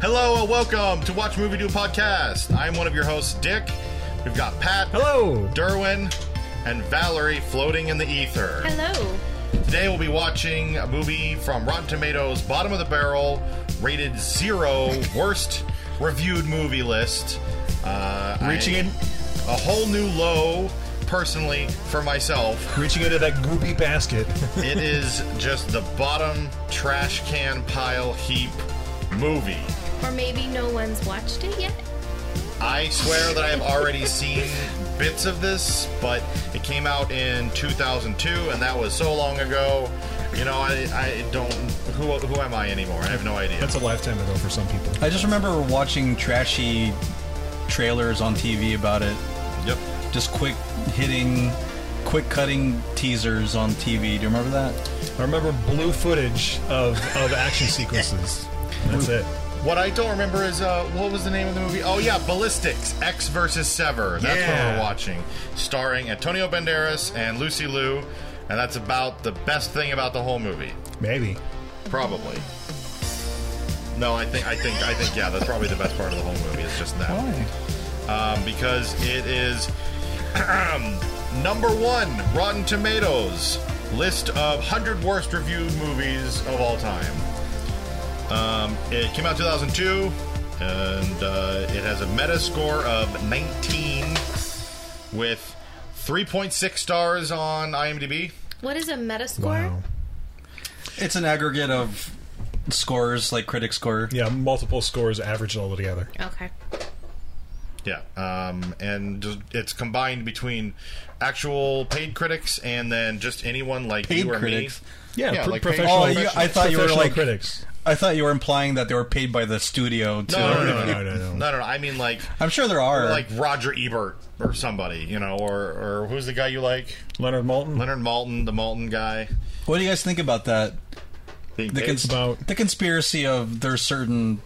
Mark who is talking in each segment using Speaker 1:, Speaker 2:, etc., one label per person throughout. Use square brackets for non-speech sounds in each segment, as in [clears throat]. Speaker 1: Hello and welcome to Watch Movie Do Podcast. I'm one of your hosts, Dick. We've got Pat,
Speaker 2: Hello.
Speaker 1: Derwin, and Valerie floating in the ether.
Speaker 3: Hello.
Speaker 1: Today we'll be watching a movie from Rotten Tomatoes, bottom of the barrel, rated zero, worst reviewed movie list. Uh,
Speaker 2: Reaching
Speaker 1: I-
Speaker 2: in,
Speaker 1: a whole new low, personally, for myself.
Speaker 2: reaching into that groupie basket.
Speaker 1: it is just the bottom trash can pile heap movie.
Speaker 3: Or maybe no one's watched it yet?
Speaker 1: I swear that I have already seen bits of this, but it came out in 2002, and that was so long ago. You know, I, I don't. Who, who am I anymore? I have no idea.
Speaker 2: That's a lifetime ago for some people.
Speaker 4: I just remember watching trashy trailers on TV about it.
Speaker 1: Yep.
Speaker 4: Just quick hitting, quick cutting teasers on TV. Do you remember that?
Speaker 2: I remember blue footage of, of action sequences. That's it.
Speaker 1: What I don't remember is uh, what was the name of the movie? Oh yeah, Ballistics X versus Sever. That's what
Speaker 2: Yeah.
Speaker 1: we're watching, starring Antonio Banderas and Lucy Liu, and that's about the best thing about the whole movie,
Speaker 2: Maybe.
Speaker 1: probably. No, I think I think I think yeah, that's probably the best part of the whole movie. It's just that. um, because it is [clears throat] number one Rotten Tomatoes list of 100 worst reviewed movies of all time. Um, it came out 2002, and uh, it has a meta score of 19 with 3.6 stars on IMDb.
Speaker 3: What is a meta score?
Speaker 2: Wow.
Speaker 4: It's an aggregate of scores, like critic score.
Speaker 2: Yeah, multiple scores averaged all together.
Speaker 3: Okay.
Speaker 1: Yeah, um, and just- it's combined between actual paid critics and then just anyone like
Speaker 4: Paid
Speaker 1: you or
Speaker 4: critics.
Speaker 1: me.
Speaker 2: Yeah,
Speaker 1: Yeah,
Speaker 2: pro-
Speaker 1: like
Speaker 2: professional.
Speaker 4: Oh, you- I thought you were
Speaker 2: professional
Speaker 4: like-
Speaker 2: critics.
Speaker 4: I thought you were implying that they were paid by the studio to.
Speaker 1: No, no, no,
Speaker 2: no, no, no.
Speaker 1: No, no, no. I mean like
Speaker 4: I'm sure there are.
Speaker 1: like Roger Ebert or somebody, you know, or or who's the guy you like?
Speaker 2: Leonard Malton.
Speaker 1: Leonard Malton, the Malton guy.
Speaker 4: what do you guys think about that?
Speaker 1: Being
Speaker 4: The,
Speaker 1: paid-
Speaker 4: cons-
Speaker 2: about-
Speaker 4: the conspiracy of there's certain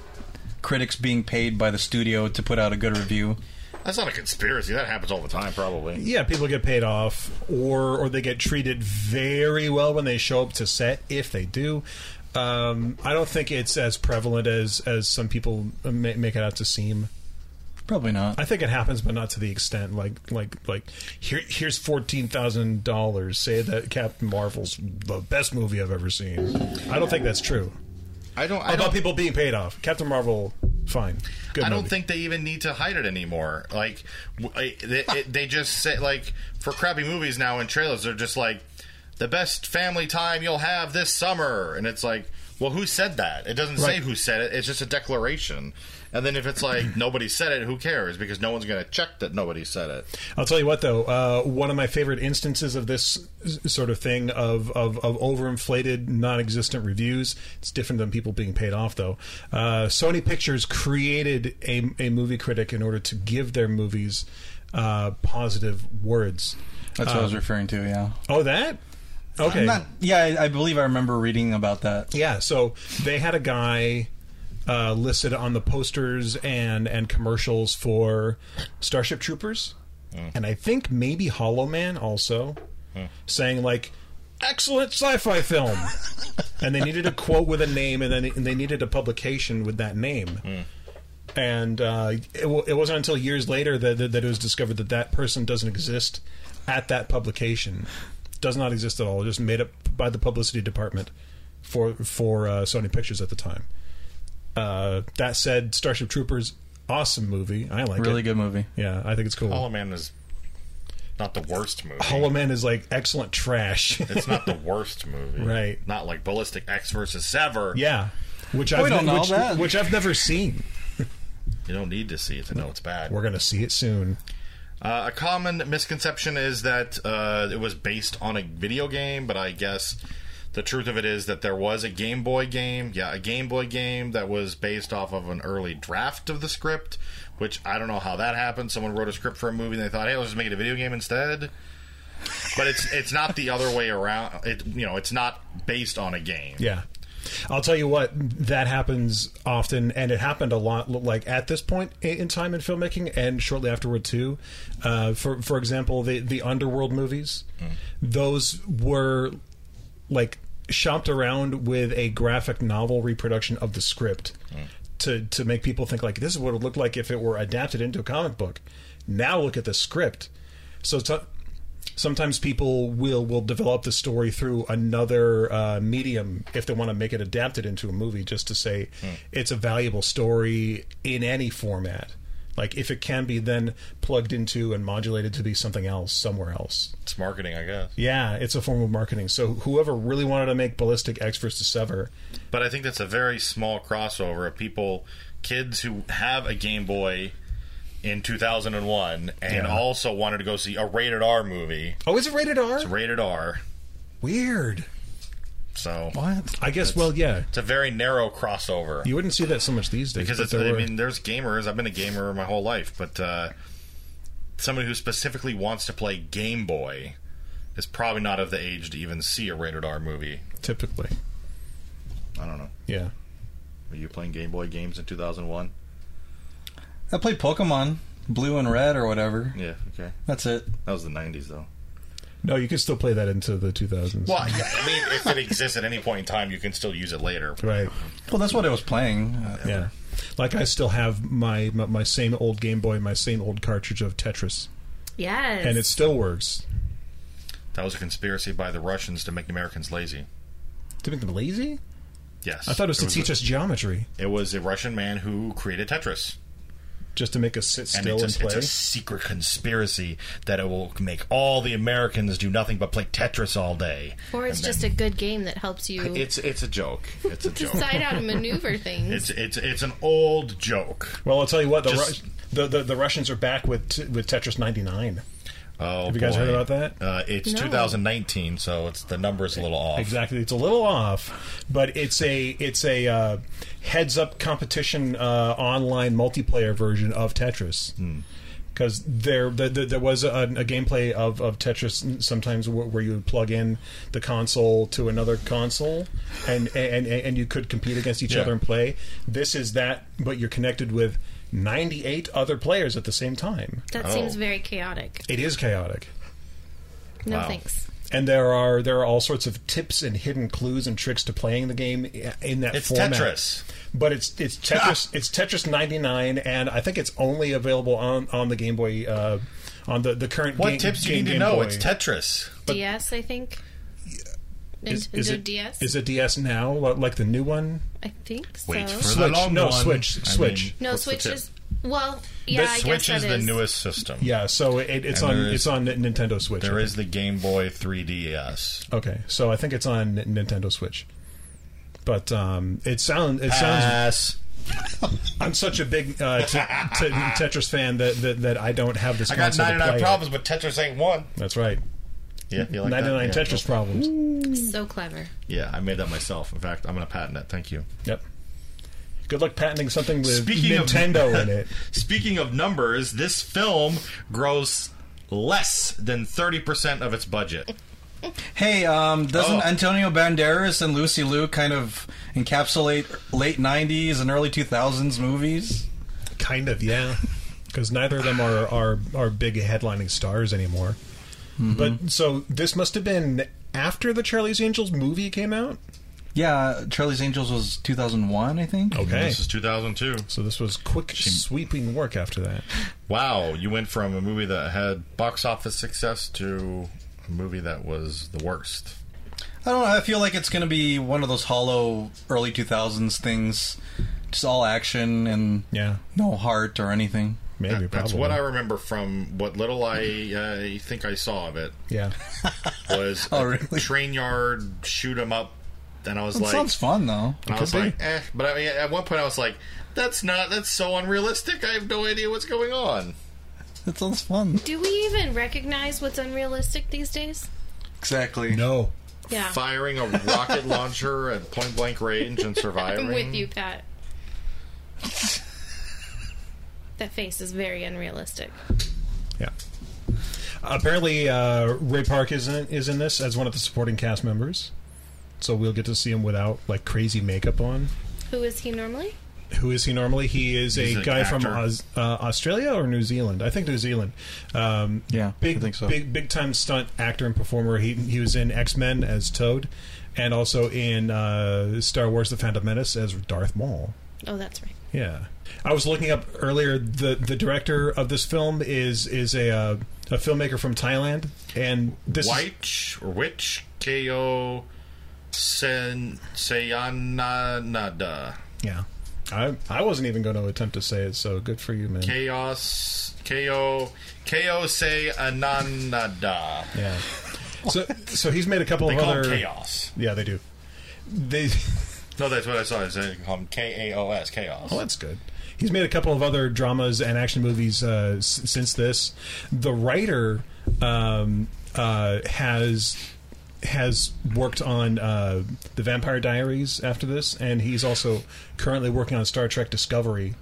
Speaker 4: critics being paid by the studio to put out a good review.
Speaker 1: That's not a conspiracy. That happens all the time, probably.
Speaker 2: Yeah, people get paid off, or or they get treated very well when they show up to set, if they do. Um, I don't think it's as prevalent as as some people ma- make it out to seem.
Speaker 4: Probably not.
Speaker 2: I think it happens, but not to the extent like like like here here's fourteen thousand dollars. Say that Captain Marvel's the best movie I've ever seen. I don't think that's true.
Speaker 1: I don't. I
Speaker 2: About
Speaker 1: don't. [laughs]
Speaker 2: people being paid off. Captain Marvel, fine. Good
Speaker 1: I don't
Speaker 2: movie.
Speaker 1: think they even need to hide it anymore. Like w- I- they, [laughs] it, they just say like for crappy movies now in trailers, they're just like the best family time you'll have this summer, and it's like, well, who said that? It doesn't say
Speaker 2: Right.
Speaker 1: who said it. It's just a declaration. And then if it's like [clears throat] nobody said it, who cares? Because no one's going to check that nobody said it.
Speaker 2: I'll tell you what, though, uh, one of my favorite instances of this s- sort of thing of, of, of overinflated, non-existent reviews. It's different than people being paid off, though. Uh, Sony Pictures created a, a movie critic in order to give their movies uh, positive words.
Speaker 4: That's what I was
Speaker 1: um,
Speaker 4: referring to. Yeah.
Speaker 2: Oh, that. Okay.
Speaker 4: I'm not- yeah, I, I believe I remember reading about that.
Speaker 2: Yeah, so they had a guy uh, listed on the posters and and commercials for Starship Troopers, and I think maybe Hollow Man also, saying like, "Excellent sci-fi film," and they needed a quote with a name, and then and they needed a publication with that name. And uh, it, w- it wasn't until years later that, that, that it was discovered that that person doesn't exist at that publication, does not exist at all. Just made up by the publicity department for for uh, Sony Pictures at the time. Uh, that said, Starship Troopers, awesome movie. I like
Speaker 4: Really
Speaker 2: it.
Speaker 4: good movie.
Speaker 2: Yeah, I think it's cool.
Speaker 1: Hollow Man is not the worst movie.
Speaker 2: [laughs] Hollow Man is like excellent trash.
Speaker 1: it's not the worst movie,
Speaker 2: [laughs] Right.
Speaker 1: Not like Ballistic X versus Sever.
Speaker 2: [laughs] yeah, which
Speaker 4: We
Speaker 2: I've
Speaker 4: don't know
Speaker 2: which,
Speaker 4: that.
Speaker 2: which I've never seen.
Speaker 1: you don't need to see it to know it's bad.
Speaker 2: We're gonna see it soon.
Speaker 1: Uh, a common misconception is that uh, it was based on a video game, but I guess the truth of it is that there was a Game Boy game, yeah, a Game Boy game that was based off of an early draft of the script, which I don't know how that happened. Someone wrote a script for a movie and they thought, hey, let's just make it a video game instead. But it's it's not the other way around. It you know it's not based on a game.
Speaker 2: Yeah. I'll tell you what, that happens often, and it happened a lot. Like at this point i- in time in filmmaking, and shortly afterward too. Uh, for for example, the the underworld movies, those were like shopped around with a graphic novel reproduction of the script to to make people think like this is what it would look like if it were adapted into a comic book. Now look at the script. So t- sometimes people will will develop the story through another uh, medium if they want to make it adapted into a movie, just to say
Speaker 1: Hmm.
Speaker 2: it's a valuable story in any format. Like if it can be then plugged into and modulated to be something else somewhere else.
Speaker 1: It's marketing, I guess.
Speaker 2: Yeah, it's a form of marketing. So whoever really wanted to make Ballistic X versus Sever,
Speaker 1: But I think that's a very small crossover of people, kids who have a Game Boy in 2001 and
Speaker 2: Yeah.
Speaker 1: also wanted to go see a rated R movie.
Speaker 2: oh, is it rated R?
Speaker 1: Rated R.
Speaker 2: Weird.
Speaker 1: So
Speaker 4: What?
Speaker 2: I guess. Well, yeah,
Speaker 1: it's a very narrow crossover.
Speaker 2: you wouldn't see that so much these days
Speaker 1: because
Speaker 2: but
Speaker 1: it's,
Speaker 2: there
Speaker 1: I
Speaker 2: were-
Speaker 1: mean, there's gamers. I've been a gamer my whole life, but uh, somebody who specifically wants to play Game Boy is probably not of the age to even see a rated R movie.
Speaker 2: typically.
Speaker 1: I don't know.
Speaker 2: Yeah.
Speaker 1: Were you playing Game Boy games in 2001?
Speaker 4: I played Pokemon Blue and Red or whatever.
Speaker 1: Yeah. Okay.
Speaker 4: That's it.
Speaker 1: That was the 90s, though.
Speaker 2: No, you can still play that into the 2000s.
Speaker 1: Well, yeah, I mean, if it exists at any point in time, you can still use it later.
Speaker 2: Right.
Speaker 4: Well, that's what I was playing. Uh,
Speaker 2: Yeah. Like I still have my, my my same old Game Boy, my same old cartridge of Tetris,
Speaker 3: Yes.
Speaker 2: and it still works.
Speaker 1: That was a conspiracy by the Russians to make Americans lazy.
Speaker 2: To make them lazy?
Speaker 1: Yes.
Speaker 2: I thought it was to teach us geometry,
Speaker 1: It was a Russian man who created Tetris.
Speaker 2: just to make us sit
Speaker 1: And
Speaker 2: still and,
Speaker 1: it's, a,
Speaker 2: play.
Speaker 1: it's a secret conspiracy that it will make all the Americans do nothing but play Tetris all day.
Speaker 3: or it's
Speaker 1: And
Speaker 3: just a
Speaker 1: then-
Speaker 3: good game that helps you
Speaker 1: It's it's a joke. It's a joke.
Speaker 3: decide how to
Speaker 1: [laughs]
Speaker 3: maneuver things.
Speaker 1: It's it's it's an old joke.
Speaker 2: well, I'll tell you what the,
Speaker 1: Just-
Speaker 2: Ru- the, the the Russians are back with t- with Tetris 99.
Speaker 1: Oh,
Speaker 2: Have you guys
Speaker 1: boy.
Speaker 2: heard about that?
Speaker 1: Uh, it's
Speaker 3: No.
Speaker 1: 2019, so it's the number's a little off.
Speaker 2: Exactly, it's a little off, but it's a it's a uh, heads up competition uh, online multiplayer version of Tetris.
Speaker 1: Hmm.
Speaker 2: Because there, there, there there was a, a gameplay of, of Tetris sometimes where, where you would plug in the console to another console, and and, and, and you could compete against each
Speaker 1: Yeah.
Speaker 2: other and play. This is that, but you're connected with 98 other players at the same time.
Speaker 3: that
Speaker 1: Oh.
Speaker 3: seems very chaotic.
Speaker 2: It is chaotic.
Speaker 3: No
Speaker 1: Wow.
Speaker 3: thanks.
Speaker 2: and there are there are all sorts of tips and hidden clues and tricks to playing the game i- in that
Speaker 1: It's
Speaker 2: format.
Speaker 1: Tetris.
Speaker 2: But it's
Speaker 1: [laughs]
Speaker 2: it's Tetris it's Tetris 99 and I think it's only available on on the Game Boy uh, on the the current
Speaker 1: What
Speaker 2: game,
Speaker 1: tips do you
Speaker 2: game,
Speaker 1: need to
Speaker 2: Game
Speaker 1: know?
Speaker 2: Boy.
Speaker 1: It's Tetris.
Speaker 3: DS, I think.
Speaker 2: Is,
Speaker 3: Nintendo
Speaker 2: is it
Speaker 3: DS.
Speaker 2: Is it DS now li- like the new one?
Speaker 3: I think so.
Speaker 1: Wait for the
Speaker 2: Switch.
Speaker 1: long
Speaker 2: No,
Speaker 1: one.
Speaker 2: Switch.
Speaker 1: I
Speaker 2: Switch.
Speaker 1: mean,
Speaker 3: no,
Speaker 1: what's the
Speaker 3: Switch
Speaker 1: tip?
Speaker 3: is well. Yeah,
Speaker 1: this
Speaker 3: I
Speaker 1: Switch
Speaker 3: guess
Speaker 1: is
Speaker 3: that
Speaker 1: the
Speaker 3: is.
Speaker 1: newest system.
Speaker 2: Yeah, so it, it's
Speaker 1: And
Speaker 2: on
Speaker 1: there is-
Speaker 2: it's on Nintendo Switch.
Speaker 1: There is the Game Boy 3DS.
Speaker 2: Okay. So I think it's on N- Nintendo Switch. But um, it sounds it sounds
Speaker 1: Pass.
Speaker 2: I'm such a big uh, t- t- Tetris fan that, that that I don't have this.
Speaker 1: I got
Speaker 2: console to
Speaker 1: 99
Speaker 2: play it.
Speaker 1: problems, but Tetris ain't one.
Speaker 2: That's right.
Speaker 1: Yeah, you like that?
Speaker 2: 99
Speaker 1: Yeah.
Speaker 2: Tetris problems.
Speaker 3: So clever.
Speaker 1: Yeah, I made that myself. In fact, I'm going to patent it. Thank you.
Speaker 2: Yep. Good luck patenting something with
Speaker 1: Speaking of- [laughs]
Speaker 2: Nintendo in it.
Speaker 1: Speaking of numbers, this film grossed less than 30% of its budget.
Speaker 4: Hey, um, doesn't
Speaker 1: Oh.
Speaker 4: Antonio Banderas and Lucy Liu kind of encapsulate late '90s and early 2000s movies?
Speaker 2: Kind of, yeah. Because neither of them are, are, are big headlining stars anymore.
Speaker 1: Mm-hmm.
Speaker 2: But so this must have been after the Charlie's Angels movie came out.
Speaker 4: Yeah, Charlie's Angels was 2001, I think.
Speaker 2: Okay.
Speaker 1: Oh, This is 2002.
Speaker 2: So this was quick, sweeping work after that.
Speaker 1: Wow, you went from a movie that had box office success to a movie that was the worst.
Speaker 4: I don't know. I feel like it's going to be one of those hollow early 2000s things, just all action and
Speaker 2: Yeah.
Speaker 4: no heart or anything.
Speaker 2: Maybe
Speaker 1: That-
Speaker 2: probably.
Speaker 1: that's what I remember from what little I uh, think I saw of it [laughs]
Speaker 2: Yeah.
Speaker 1: was
Speaker 4: Oh,
Speaker 1: a
Speaker 4: really?
Speaker 1: train yard shoot 'em up, and I was
Speaker 4: It
Speaker 1: like,
Speaker 4: sounds fun though.
Speaker 1: and I
Speaker 2: could
Speaker 1: was
Speaker 2: be.
Speaker 1: like, eh. But I mean, at one point I was like, that's not that's so unrealistic. I have no idea what's going on.
Speaker 4: It sounds fun.
Speaker 3: Do we even recognize what's unrealistic these days?
Speaker 4: Exactly.
Speaker 2: No.
Speaker 3: Yeah.
Speaker 1: Firing a rocket launcher at point blank range and surviving.
Speaker 3: I'm with you, Pat. That face is very unrealistic.
Speaker 2: Yeah. Apparently, uh, Ray Park is in, is in this as one of the supporting cast members, so we'll get to see him without like crazy makeup on.
Speaker 3: Who is he normally?
Speaker 2: Who is he normally? He is
Speaker 1: He's
Speaker 2: a
Speaker 1: an
Speaker 2: guy from
Speaker 1: actor.
Speaker 2: Aus- uh, Australia or New Zealand. I think New Zealand. Um,
Speaker 5: Yeah, I
Speaker 2: big,
Speaker 5: think so.
Speaker 2: Big, big time stunt actor and performer. He he was in X Men as Toad, and also in uh, Star Wars: The Phantom Menace as Darth Maul.
Speaker 3: Oh, that's right.
Speaker 2: Yeah, I was looking up earlier. the The director of this film is is a uh, a filmmaker from Thailand, and this is-
Speaker 1: White or Witch Ko Sen Sayananada
Speaker 2: yeah, I I wasn't even going to attempt to say it. So good for you, man.
Speaker 1: Chaos Ko Ko Sayananada.
Speaker 2: yeah. So so he's made a couple
Speaker 1: They
Speaker 2: of
Speaker 1: call
Speaker 2: other
Speaker 1: him Chaos.
Speaker 2: yeah they do they
Speaker 1: No, that's what I saw. They call him K A O S Chaos.
Speaker 2: well Oh, that's good. He's made a couple of other dramas and action movies uh, s- since this. The writer um, uh, has has worked on uh, the Vampire Diaries after this, and he's also currently working on Star Trek Discovery.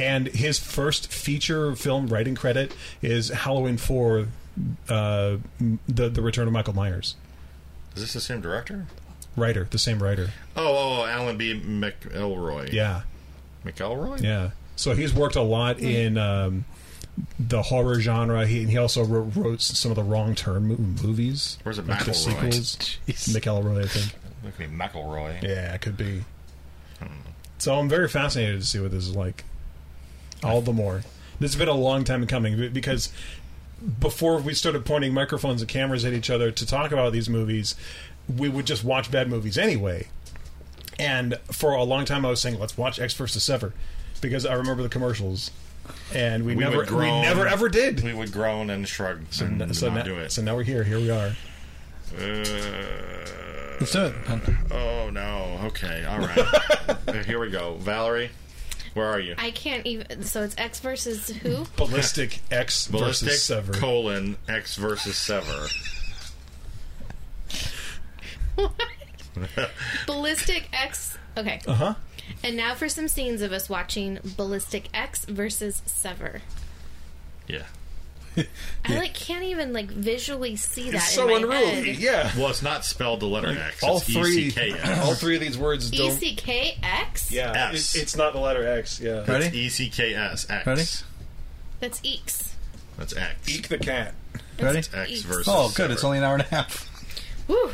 Speaker 2: And his first feature film writing credit is Halloween Four, uh, m- the the Return of Michael Myers.
Speaker 1: Is this the same director?
Speaker 2: Writer, the same writer.
Speaker 1: Oh, oh, oh, Alan B. McElroy.
Speaker 2: Yeah,
Speaker 1: McElroy.
Speaker 2: yeah. So he's worked a lot in um, the horror genre. He, he also wrote, wrote some of the wrong turn mo- movies.
Speaker 1: Where's it,
Speaker 2: Like the
Speaker 1: McElroy?
Speaker 2: sequels? McElroy, I think.
Speaker 1: Look at me, McElroy.
Speaker 2: Yeah, it could be.
Speaker 1: Hmm.
Speaker 2: So I'm very fascinated to see what this is like. All the more. This has been a long time coming be- because before we started pointing microphones and cameras at each other to talk about these movies, we would just watch bad movies anyway. And for a long time, I was saying, "Let's watch X versus Sever," because I remember the commercials, and we,
Speaker 1: We
Speaker 2: never,
Speaker 1: would
Speaker 2: we
Speaker 1: groan.
Speaker 2: never ever did.
Speaker 1: We would groan and shrug and
Speaker 2: N- so,
Speaker 1: not
Speaker 2: now,
Speaker 1: do it.
Speaker 2: so now we're here. Here we are.
Speaker 1: Uh,
Speaker 5: Let's do it.
Speaker 1: Oh no. Okay. All
Speaker 2: [laughs]
Speaker 1: right. Uh, Here we go. Valerie, where are you?
Speaker 3: I can't even. So it's X versus who?
Speaker 2: Ballistic X
Speaker 1: Ballistic
Speaker 2: versus Sever.
Speaker 1: colon X versus Sever.
Speaker 3: Ballistic X. Okay. Uh
Speaker 2: Huh?
Speaker 3: And now for some scenes of us watching Ballistic X versus Sever.
Speaker 1: Yeah.
Speaker 3: I like can't even like visually see that.
Speaker 2: It's
Speaker 3: in
Speaker 2: so
Speaker 3: my
Speaker 2: unruly.
Speaker 3: head.
Speaker 2: Yeah.
Speaker 1: Well, it's not spelled the letter X.
Speaker 2: all
Speaker 1: it's E
Speaker 2: three,
Speaker 1: ECKX.
Speaker 2: [laughs] all three of these words
Speaker 3: E
Speaker 2: don't.
Speaker 3: C K X.
Speaker 2: Yeah,
Speaker 1: S.
Speaker 2: it- it's not the letter X. Yeah,
Speaker 4: Ready?
Speaker 1: E ECKS. X.
Speaker 4: Ready?
Speaker 3: That's Eeks.
Speaker 1: That's X.
Speaker 2: eek the cat.
Speaker 4: Ready?
Speaker 1: X
Speaker 3: Eeks.
Speaker 1: versus.
Speaker 4: Oh, good. It's
Speaker 1: Sever.
Speaker 4: only an hour and
Speaker 1: [laughs]
Speaker 4: a half.
Speaker 3: Woo.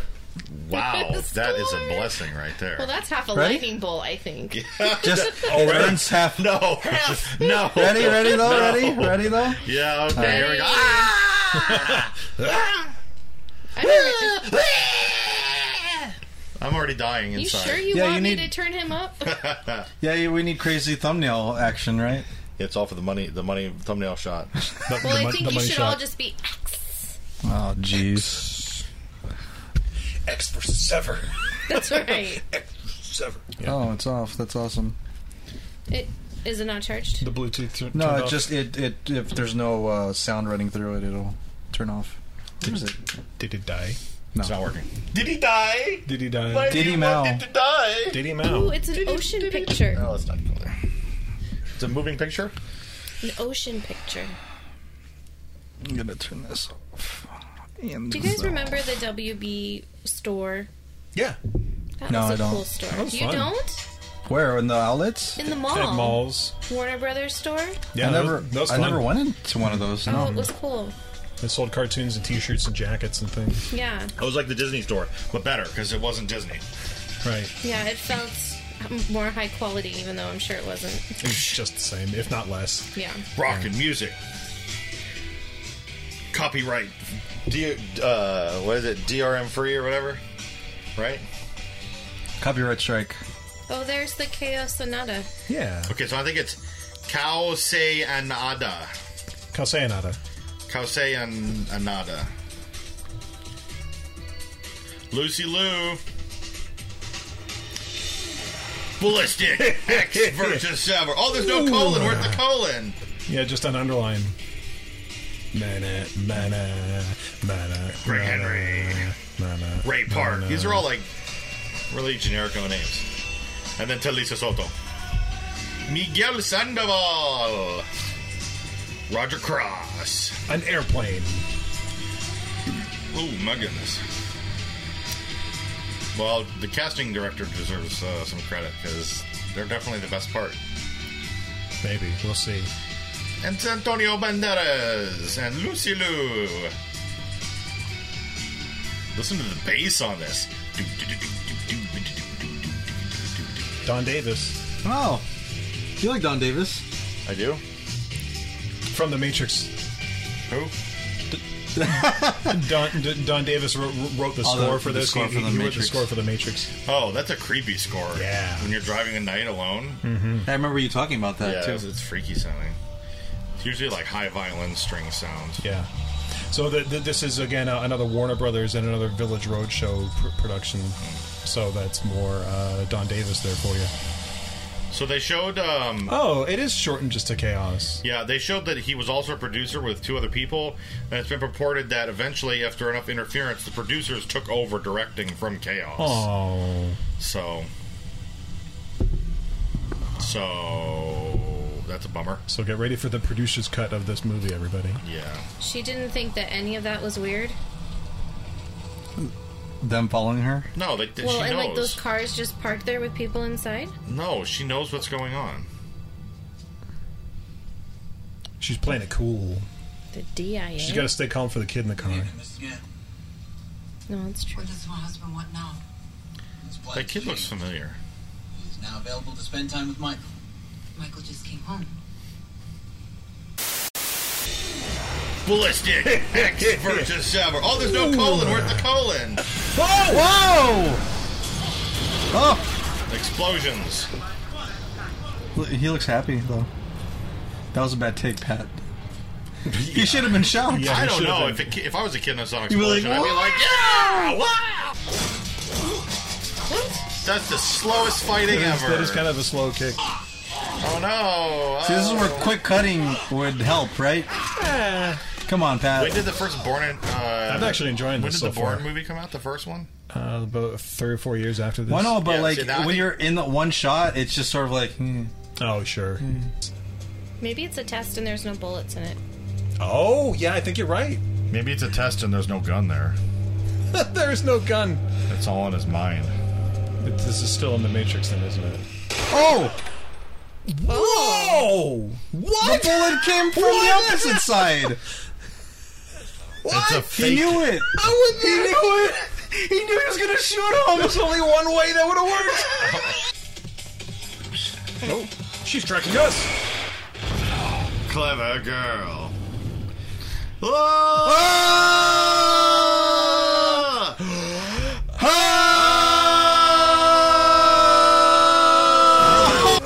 Speaker 1: Wow, that is a
Speaker 3: Score.
Speaker 1: blessing right there.
Speaker 3: Well, that's half a
Speaker 4: Ready?
Speaker 3: lightning bolt, I think.
Speaker 4: Just Burns half.
Speaker 1: no, [laughs] no.
Speaker 4: Ready? Ready though?
Speaker 1: No.
Speaker 4: Ready? Ready though?
Speaker 1: Yeah. Okay. Here we Ah! go.
Speaker 3: I don't really-
Speaker 1: [laughs] I'm already dying
Speaker 3: you
Speaker 1: inside.
Speaker 3: sure you
Speaker 4: Yeah,
Speaker 3: want
Speaker 4: you
Speaker 3: me
Speaker 4: need-
Speaker 3: to turn
Speaker 2: [laughs]
Speaker 3: him up?
Speaker 4: Yeah, yeah, we need crazy thumbnail action, right?
Speaker 1: It's all for the money. The money thumbnail shot.
Speaker 3: Well, I
Speaker 2: mon-
Speaker 3: think
Speaker 2: the
Speaker 3: you
Speaker 2: money
Speaker 3: should
Speaker 2: shot.
Speaker 3: all just be X.
Speaker 4: Oh, jeez.
Speaker 2: X versus Sever. [laughs]
Speaker 3: That's right.
Speaker 2: Sever.
Speaker 4: Oh, it's off. That's awesome.
Speaker 3: it, is it not charged?
Speaker 2: The Bluetooth. tur-
Speaker 4: No,
Speaker 2: turned
Speaker 4: it
Speaker 2: off.
Speaker 4: just it it if there's no uh, sound running through it, it'll turn off. Where is it?
Speaker 2: did it die?
Speaker 4: No.
Speaker 1: It's not working. Did he die?
Speaker 2: Did he die?
Speaker 4: Diddy Mao.
Speaker 1: Did he die?
Speaker 2: Did he
Speaker 3: Ooh,
Speaker 2: mount? [laughs]
Speaker 3: it's an ocean picture.
Speaker 1: No, let's not go there. It's a moving picture.
Speaker 3: An ocean picture.
Speaker 4: I'm gonna turn this off. And
Speaker 3: Do you guys
Speaker 4: this
Speaker 3: remember
Speaker 4: off.
Speaker 3: the WB store?
Speaker 2: Yeah.
Speaker 3: That
Speaker 4: No,
Speaker 3: was a
Speaker 4: I don't.
Speaker 3: cool store.
Speaker 2: That was
Speaker 3: you
Speaker 2: fun.
Speaker 3: don't?
Speaker 4: where in the outlets?
Speaker 3: In the
Speaker 2: At
Speaker 3: mall.
Speaker 2: malls.
Speaker 3: Warner Brothers store?
Speaker 2: Yeah,
Speaker 4: I never
Speaker 2: Those, those
Speaker 4: I never went into one of those.
Speaker 3: Oh,
Speaker 4: No.
Speaker 3: it was cool.
Speaker 2: They sold cartoons and T-shirts and jackets and things.
Speaker 3: Yeah.
Speaker 1: It was like the Disney store, but better because it wasn't Disney.
Speaker 2: Right.
Speaker 3: Yeah, it felt um, more high quality, even though I'm sure it wasn't.
Speaker 2: It's just the same, if not less.
Speaker 3: Yeah.
Speaker 1: Rock and music. Copyright. D- uh, what is it? DRM free or whatever, right?
Speaker 4: Copyright strike.
Speaker 3: Oh, there's the Chaos Sonata.
Speaker 2: Yeah.
Speaker 1: Okay, so I think it's Kausei Anada.
Speaker 2: Kalsayanada.
Speaker 1: Kausei An- Anada. Lucy Lou. Ballistic X [laughs] versus Sever. Oh, there's no colon. Where's the colon?
Speaker 2: Yeah, just an underline. Mana, mana, mana.
Speaker 1: Rick
Speaker 2: mana,
Speaker 1: Henry.
Speaker 2: mana,
Speaker 1: Ray Park.
Speaker 2: mana.
Speaker 1: These are all like really generic names. And then Talisa Soto. Miguel Sandoval, Roger Cross.
Speaker 2: An airplane.
Speaker 1: Oh my goodness. Well, the casting director deserves uh, some credit because they're definitely the best part.
Speaker 2: Maybe. We'll see.
Speaker 1: And it's Antonio Banderas and Lucy Lou. Listen to the bass on this.
Speaker 2: Don Davis
Speaker 4: Oh, you like Don Davis?
Speaker 1: I do.
Speaker 2: from The Matrix. [laughs]
Speaker 1: Who?
Speaker 2: Don, D- Don Davis wrote, wrote the
Speaker 4: Oh, the-
Speaker 2: score for
Speaker 4: the
Speaker 2: this.
Speaker 4: score
Speaker 2: he
Speaker 4: for The
Speaker 2: he wrote the
Speaker 4: Matrix.
Speaker 2: score for The Matrix.
Speaker 1: Oh, that's a creepy score.
Speaker 2: Yeah.
Speaker 1: When you're driving a night alone.
Speaker 4: I remember you talking about
Speaker 1: Hmm. Yeah,
Speaker 4: Hmm. that
Speaker 1: it's,
Speaker 4: too.
Speaker 1: it's freaky sounding. It's usually like high violin string sounds.
Speaker 2: Yeah. So the, the, this is again uh, another Warner Brothers and another Village Roadshow pr- production. So that's more uh, Don Davis there for you.
Speaker 1: So they showed um,
Speaker 2: Oh, it is shortened just to chaos.
Speaker 1: Yeah, they showed that he was also a producer with two other people, and it's been purported that eventually, after enough interference, the producers took over directing from Chaos.
Speaker 2: Oh,
Speaker 1: So, so that's a bummer.
Speaker 2: so get ready for the producer's cut of this movie, everybody.
Speaker 1: Yeah,
Speaker 3: She didn't think that any of that was weird.
Speaker 4: Them following her.
Speaker 1: no, they, they-
Speaker 3: Well,
Speaker 1: she
Speaker 3: and
Speaker 1: knows.
Speaker 3: like those cars just parked there with people inside.
Speaker 1: no, she knows what's going on.
Speaker 2: She's playing it cool.
Speaker 3: The DIA.
Speaker 2: She's got to stay calm for the kid in the car.
Speaker 3: no, it's true.
Speaker 5: What does my husband want now?
Speaker 1: That kid looks familiar.
Speaker 6: He's now available to spend time with Michael.
Speaker 5: Michael just came home.
Speaker 1: Ballistic X versus Sever. Oh, there's no colon. Where's the colon?
Speaker 4: Whoa! Oh,
Speaker 1: Explosions.
Speaker 4: L- he looks happy though. That was a bad
Speaker 1: [laughs]
Speaker 4: take, Pat. He should have been shocked.
Speaker 2: Yeah.
Speaker 1: I
Speaker 2: he
Speaker 1: don't
Speaker 2: should've
Speaker 1: know
Speaker 2: been.
Speaker 1: if it, if I was a kid and I saw an
Speaker 4: You'd be like,
Speaker 1: explosion, I'd be like, yeah, wow. That's the slowest fighting
Speaker 2: That is,
Speaker 1: ever.
Speaker 2: that is kind of a slow kick.
Speaker 1: oh no!
Speaker 4: See, this is
Speaker 1: Oh.
Speaker 4: where quick cutting would help, right?
Speaker 1: Eh.
Speaker 4: Come on,
Speaker 1: Oh. When
Speaker 4: Pat.
Speaker 1: did the first Born? in- Uh,
Speaker 2: I'm actually enjoying
Speaker 1: When
Speaker 2: this
Speaker 1: did
Speaker 2: so
Speaker 1: the Born
Speaker 2: far.
Speaker 1: movie come out? The first one.
Speaker 2: Uh, about three or four years after this.
Speaker 4: Why no? But
Speaker 1: Yeah,
Speaker 4: like
Speaker 1: see, now I
Speaker 4: when
Speaker 1: think-
Speaker 4: you're in the one shot, it's just sort of like hmm.
Speaker 2: Oh, sure.
Speaker 3: Maybe it's a test and there's no bullets in it.
Speaker 2: Oh, yeah, I think you're right. [laughs]
Speaker 1: Maybe it's a test and there's no gun there.
Speaker 2: There's no gun.
Speaker 1: It's all in his mind.
Speaker 2: It- this is still in the Matrix, then, isn't it?
Speaker 4: oh,
Speaker 2: Whoa!
Speaker 4: the
Speaker 2: What?
Speaker 4: bullet came from
Speaker 2: What?
Speaker 4: the opposite
Speaker 1: [laughs]
Speaker 4: side.
Speaker 1: It's a
Speaker 4: He
Speaker 1: fake.
Speaker 4: knew it. He knew it. He knew he was gonna shoot him. There's only one way that would have worked. [laughs]
Speaker 2: Oh, She's tracking us.
Speaker 1: Clever girl. [gasps]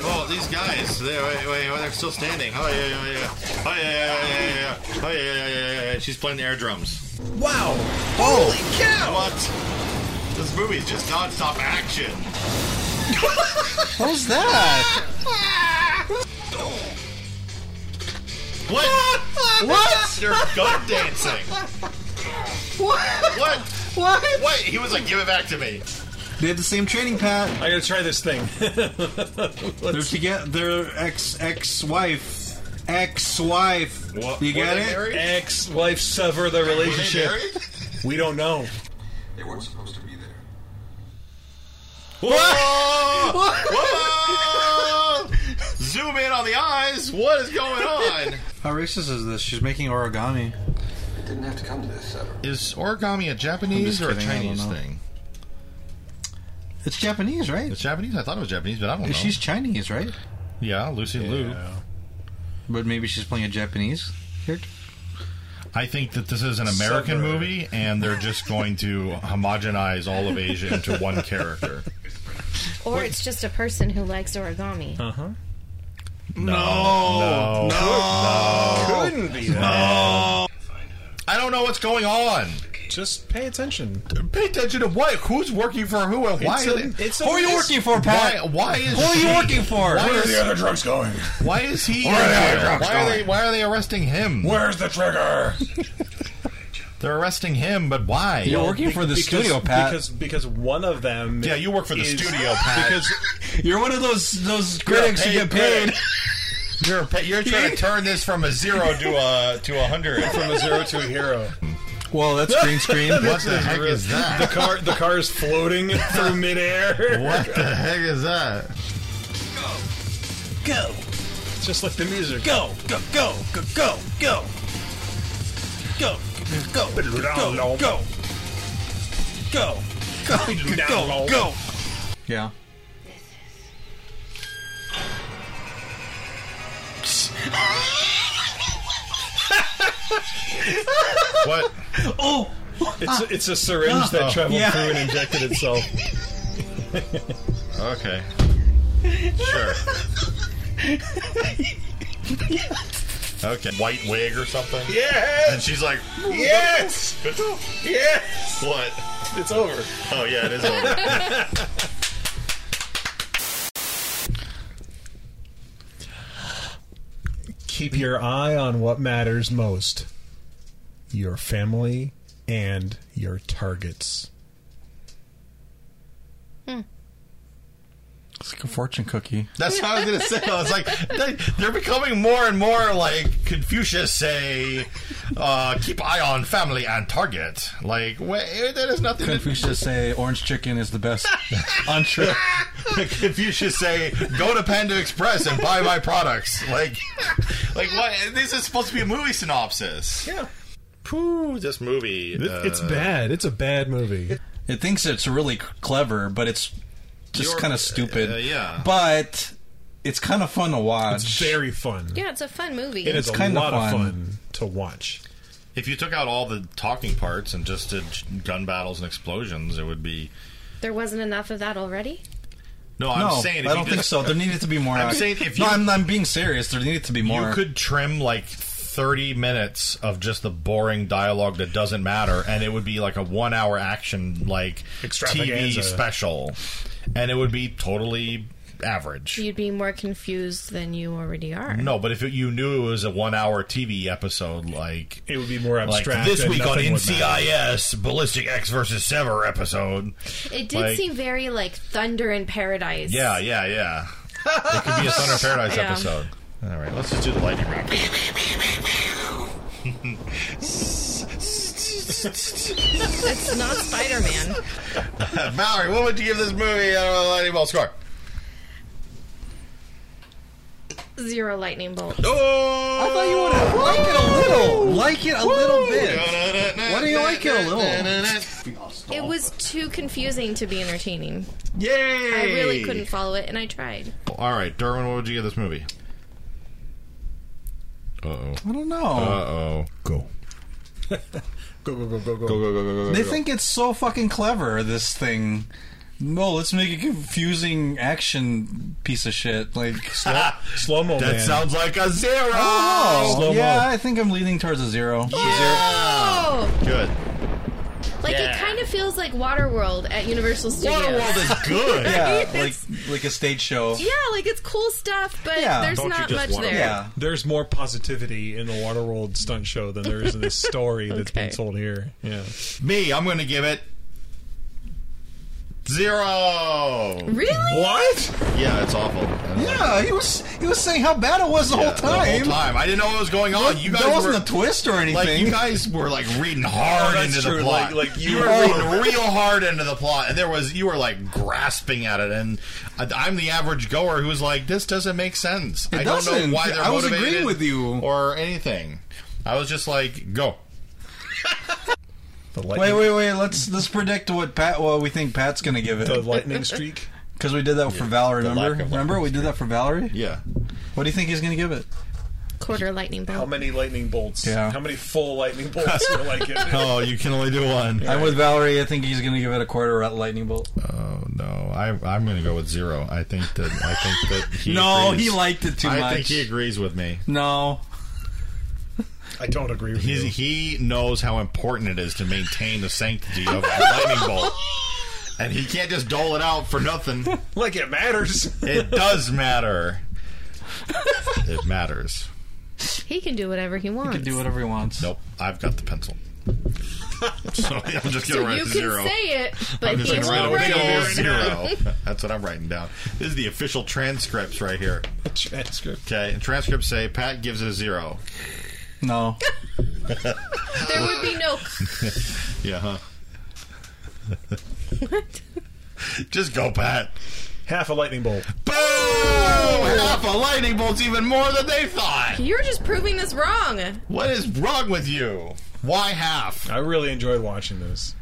Speaker 1: Oh, these guys. They're, wait, wait, oh, they're still standing. Oh, yeah, yeah, yeah. Oh, yeah, yeah, yeah, yeah, yeah. Oh, yeah, yeah, yeah, yeah, yeah. She's playing the air drums.
Speaker 2: Wow! Holy cow!
Speaker 1: What? This movie's just non-stop action.
Speaker 4: What was
Speaker 1: [laughs]
Speaker 4: that?
Speaker 1: What?
Speaker 4: What?
Speaker 1: You're gun dancing. What?
Speaker 4: What?
Speaker 1: Wait, he was like, give it back to me.
Speaker 4: They had the same training, Pat.
Speaker 2: I gotta try this thing.
Speaker 4: They're together. Their ex ex wife, ex wife.
Speaker 1: What?
Speaker 4: You
Speaker 1: Were
Speaker 4: get
Speaker 1: they
Speaker 4: it?
Speaker 1: married?
Speaker 2: Ex wife sever the
Speaker 1: Were they
Speaker 2: relationship.
Speaker 1: married?
Speaker 2: We don't know.
Speaker 6: They weren't supposed to be there.
Speaker 1: [laughs] Whoa! Whoa! [laughs] Zoom in on the eyes. What is going on?
Speaker 4: How racist is this? She's making origami.
Speaker 6: It didn't have to come to this, Sever.
Speaker 1: [laughs] Is origami a Japanese or
Speaker 4: just
Speaker 1: a
Speaker 4: kidding, I don't
Speaker 1: Chinese
Speaker 4: know.
Speaker 1: thing?
Speaker 4: It's Japanese, right?
Speaker 1: It's Japanese. I thought it was Japanese, but I don't know.
Speaker 4: She's Chinese, right?
Speaker 1: yeah, Lucy Liu.
Speaker 2: Yeah.
Speaker 4: But maybe she's playing a Japanese character.
Speaker 1: I think that this is an
Speaker 2: American Suburb.
Speaker 1: movie, and they're just going to
Speaker 4: [laughs]
Speaker 1: homogenize all of Asia into one character. [laughs]
Speaker 3: Or it's just a person who likes origami.
Speaker 1: No.
Speaker 2: Couldn't be that.
Speaker 1: I don't know what's going on.
Speaker 2: Just pay attention.
Speaker 1: Pay attention to what? Who's working for who? And why?
Speaker 2: It's a- it's a
Speaker 4: Who are you
Speaker 2: mis-
Speaker 4: working for,
Speaker 1: Why,
Speaker 4: Pat?
Speaker 1: why is
Speaker 4: Who are you
Speaker 1: she-
Speaker 4: working for?
Speaker 1: Why is,
Speaker 2: other drugs going?
Speaker 1: why is he?
Speaker 4: are
Speaker 1: in
Speaker 4: the other
Speaker 1: jail?
Speaker 4: drugs
Speaker 1: Why are they?
Speaker 4: going?
Speaker 1: Why are they arresting him?
Speaker 2: Where's the trigger?
Speaker 1: They're arresting him, but why?
Speaker 4: You're working for the studio, Pat.
Speaker 2: Because because one of them.
Speaker 1: Yeah, you work for the
Speaker 2: is-
Speaker 1: [laughs] studio, Pat.
Speaker 2: Because
Speaker 4: you're one of those those critics who
Speaker 1: paid
Speaker 4: get paid.
Speaker 1: critic. You're pa- you're trying to turn this from a zero to a to a hundred.
Speaker 2: from a zero to a hero,
Speaker 1: [laughs]
Speaker 4: Well, that's green screen.
Speaker 1: What the heck is
Speaker 2: the [laughs]
Speaker 1: that?
Speaker 2: car the car is floating
Speaker 4: [laughs]
Speaker 2: through midair.
Speaker 1: What the heck is that?
Speaker 4: go,
Speaker 2: It's just like the music.
Speaker 4: go, go, go, go, go, go, go, go, go, go, go, go, go, go. Yeah.
Speaker 1: What?
Speaker 4: Oh,
Speaker 2: It's it's a syringe that traveled
Speaker 4: Ah. Yeah.
Speaker 2: through and injected itself.
Speaker 4: [laughs]
Speaker 1: Okay. Sure. Okay. White wig or something.
Speaker 2: Yes,
Speaker 1: And she's like,
Speaker 2: yes, [laughs] yes.
Speaker 1: what?
Speaker 2: It's over.
Speaker 1: Oh yeah, it is over.
Speaker 2: Keep your eye on what matters most: your family and your targets.
Speaker 4: it's like a fortune cookie.
Speaker 1: That's what I was gonna say. I was like, they, they're becoming more and more like Confucius say, uh, "Keep eye on family and target." Like, wha- that is nothing. to-
Speaker 4: Confucius say orange chicken is the
Speaker 1: [laughs]
Speaker 4: best entree.
Speaker 1: Confucius say, "Go to Panda Express and buy my products." Like, like what? This is supposed to be a movie synopsis.
Speaker 2: Yeah,
Speaker 1: Pooh, this movie. Uh,
Speaker 2: It- it's
Speaker 4: Uh,
Speaker 2: bad. It's a bad movie.
Speaker 4: It thinks it's really c- clever, but it's just
Speaker 1: You're-
Speaker 4: kind of stupid.
Speaker 1: uh, yeah.
Speaker 4: But it's kind of fun to watch.
Speaker 2: It's very fun.
Speaker 3: Yeah, it's a fun movie.
Speaker 2: It is
Speaker 4: It's
Speaker 2: a
Speaker 4: kinda
Speaker 2: lot of
Speaker 4: fun.
Speaker 2: fun to watch.
Speaker 1: If you took out all the talking parts and just did gun battles and explosions, it would be.
Speaker 3: There wasn't enough of that already.
Speaker 1: No, I'm
Speaker 4: no,
Speaker 1: saying if
Speaker 4: I
Speaker 1: you
Speaker 4: don't think
Speaker 1: just-
Speaker 4: so. There needed to be more.
Speaker 1: I'm
Speaker 4: act-
Speaker 1: saying if
Speaker 4: no,
Speaker 1: you-
Speaker 4: I'm, I'm being serious. There needed to be more.
Speaker 1: You could trim like 30 minutes of just the boring dialogue that doesn't matter, and it would be like a one hour action, like
Speaker 2: Extravaganza.
Speaker 1: TV special, and it would be totally average.
Speaker 3: You'd be more confused than you already are.
Speaker 1: No, but if it, you knew it was a one hour TV episode, like.
Speaker 2: It would be more
Speaker 1: Like
Speaker 2: abstract.
Speaker 1: this
Speaker 2: and
Speaker 1: week on
Speaker 2: nothing would matter.
Speaker 1: NCIS Ballistic X versus Sever episode.
Speaker 3: It did
Speaker 1: Mm-hmm. Like-
Speaker 3: seem very like Thunder in Paradise.
Speaker 1: Yeah, yeah, yeah. It could be a Thunder Paradise
Speaker 3: [laughs] Yeah.
Speaker 1: episode. All right, let's just do the lightning round.
Speaker 3: [laughs] It's not Spider
Speaker 1: [laughs]
Speaker 3: Man.
Speaker 1: Mallory, what would you give this movie out of a lightning bolt score?
Speaker 3: Zero lightning bolt.
Speaker 4: I thought you would have like it a little. Like it a little bit.
Speaker 1: Why
Speaker 4: Why do you like it a little?
Speaker 3: It was too confusing to be entertaining.
Speaker 1: Yay!
Speaker 3: I really couldn't follow it, and I tried.
Speaker 1: All right, Derwin, what would you give this movie? Uh oh.
Speaker 4: I don't know.
Speaker 1: Uh oh. Go.
Speaker 2: Go go go go go.
Speaker 1: Go, go, go, go, go.
Speaker 4: They think it's so fucking clever, this thing. No, let's make a confusing action piece of shit. Like,
Speaker 2: Slow mo
Speaker 1: That
Speaker 2: man.
Speaker 1: sounds like a zero!
Speaker 4: oh,
Speaker 2: slow-mo.
Speaker 4: yeah, I think I'm leaning towards a zero.
Speaker 1: Ah.
Speaker 3: Oh,
Speaker 1: Good.
Speaker 3: like it kind of feels like Waterworld at Universal Studios.
Speaker 1: Waterworld is good!
Speaker 4: [laughs] Yeah, like like a stage show.
Speaker 3: Yeah, like it's cool stuff, but
Speaker 4: Yeah.
Speaker 3: there's
Speaker 1: Don't you
Speaker 3: not
Speaker 1: just
Speaker 3: much
Speaker 1: wanna-
Speaker 3: there.
Speaker 4: Yeah.
Speaker 2: There's more positivity in the Waterworld stunt show than there is in this story that's being
Speaker 3: Okay.
Speaker 2: told here. Yeah.
Speaker 1: Me, I'm going to give it zero!
Speaker 3: Really?
Speaker 2: What?
Speaker 1: Yeah, it's awful.
Speaker 4: Yeah, he was he was saying how bad it was the whole
Speaker 1: The whole
Speaker 4: time.
Speaker 1: time. I didn't know what was going on. You guys
Speaker 4: there wasn't
Speaker 1: were,
Speaker 4: a twist or anything.
Speaker 1: Like you guys were like reading hard
Speaker 2: Oh, that's
Speaker 1: into the
Speaker 2: true.
Speaker 1: plot.
Speaker 2: Like- like, you
Speaker 1: were
Speaker 2: were-
Speaker 1: reading real hard into the plot, and there was you were like grasping at it. And I- I'm the average goer who's like, this doesn't make sense. I don't
Speaker 4: doesn't.
Speaker 1: know why they're
Speaker 4: I was
Speaker 1: motivated
Speaker 4: agreeing with you.
Speaker 1: or anything. I was just like, go.
Speaker 2: The lightning,
Speaker 4: wait, wait, wait. Let's let's predict what Pat what we think Pat's gonna give
Speaker 2: The
Speaker 4: it
Speaker 2: lightning streak.
Speaker 4: because we did that for Valerie.
Speaker 1: the lack
Speaker 4: Remember,
Speaker 1: of
Speaker 4: remember we did that for Valerie.
Speaker 1: Yeah.
Speaker 4: What do you think he's gonna give it?
Speaker 3: Quarter lightning
Speaker 2: How
Speaker 3: bolt.
Speaker 2: many lightning bolts?
Speaker 4: Yeah.
Speaker 2: How many full lightning [laughs] bolts were like it?
Speaker 1: Oh, you can only do one.
Speaker 4: I'm with Valerie. I think he's gonna give it a quarter at lightning bolt.
Speaker 1: Oh no, I, I'm going to go with zero. I think that I think that he
Speaker 4: no,
Speaker 1: agrees.
Speaker 4: he liked it too
Speaker 1: I
Speaker 4: much.
Speaker 1: think he agrees with me.
Speaker 4: no,
Speaker 2: I don't agree with
Speaker 1: He's,
Speaker 2: you.
Speaker 1: he knows how important it is to maintain the sanctity of the lightning bolt. And he can't just dole it out for nothing.
Speaker 2: Like it matters.
Speaker 1: It does matter. It matters.
Speaker 3: He can do whatever he wants.
Speaker 4: do whatever he wants.
Speaker 1: Nope, I've got the pencil. So I'm just gonna
Speaker 3: So
Speaker 1: write
Speaker 3: you can
Speaker 1: zero.
Speaker 3: say it,
Speaker 1: [laughs]
Speaker 3: but
Speaker 1: I'm
Speaker 3: he
Speaker 1: just
Speaker 3: won't
Speaker 1: gonna write,
Speaker 3: write
Speaker 1: a big old
Speaker 3: it.
Speaker 1: zero. That's what I'm writing down. This is the official transcripts right here.
Speaker 2: Transcript.
Speaker 1: Okay, and transcripts say Pat gives it a zero.
Speaker 4: No.
Speaker 3: There would be
Speaker 1: [laughs]
Speaker 3: no.
Speaker 1: Yeah,
Speaker 3: [laughs]
Speaker 1: huh? Just go, Pat.
Speaker 2: Half a lightning bolt.
Speaker 1: Boom! Half a lightning bolt's even more than they thought.
Speaker 3: You're just proving this wrong.
Speaker 1: What is wrong with you? Why half?
Speaker 2: I really enjoyed watching this.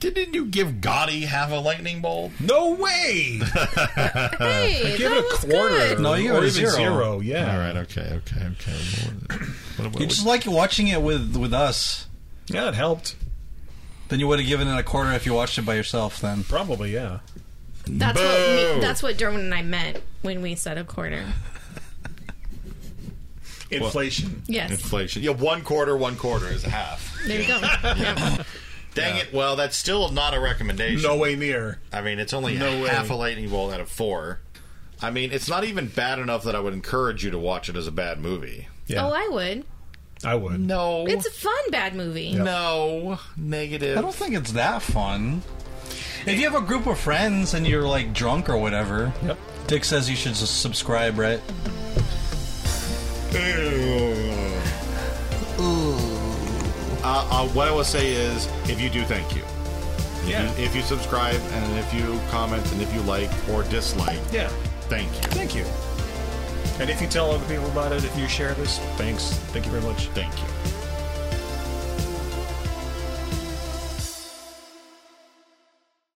Speaker 1: Didn't you give Gotti half a lightning bolt?
Speaker 2: No way!
Speaker 3: Hey,
Speaker 2: Give it a
Speaker 3: that was
Speaker 2: quarter.
Speaker 3: good.
Speaker 4: No, you got
Speaker 2: or
Speaker 4: a
Speaker 2: even
Speaker 4: zero.
Speaker 2: Yeah.
Speaker 1: All right. Okay. Okay. Okay. What, what,
Speaker 4: You just like watching it with with us.
Speaker 2: Yeah, it helped.
Speaker 4: Then you would have given it a quarter if you watched it by yourself. Then
Speaker 2: Probably, yeah.
Speaker 3: That's what
Speaker 1: Boo.
Speaker 3: me, that's what Derwin and I meant when we said a quarter.
Speaker 2: Inflation.
Speaker 3: Yes,
Speaker 1: inflation. Yeah, one quarter, one quarter is a half.
Speaker 3: there you go.
Speaker 1: [laughs]
Speaker 3: Yeah.
Speaker 1: Dang it! Well, that's still not a recommendation.
Speaker 2: No way near.
Speaker 1: I mean, it's only
Speaker 2: No way.
Speaker 1: half a lightning bolt out of four. I mean, it's not even bad enough that I would encourage you to watch it as a bad movie.
Speaker 2: Yeah.
Speaker 3: Oh, I would.
Speaker 2: I would.
Speaker 1: No.
Speaker 3: It's a fun bad movie.
Speaker 1: no. Negative.
Speaker 4: I don't think it's that fun. If you have a group of friends and you're like drunk or whatever,
Speaker 2: Yep.
Speaker 4: Dick says you should s- subscribe, right?
Speaker 1: Uh, uh, what I will say is, if you do, thank you. If
Speaker 2: Yeah.
Speaker 1: You, if you subscribe and if you comment and if you like or dislike,
Speaker 2: Yeah.
Speaker 1: thank you.
Speaker 2: Thank you. And if you tell other people about it, if you share this, thanks. Thank you very much.
Speaker 1: Thank you.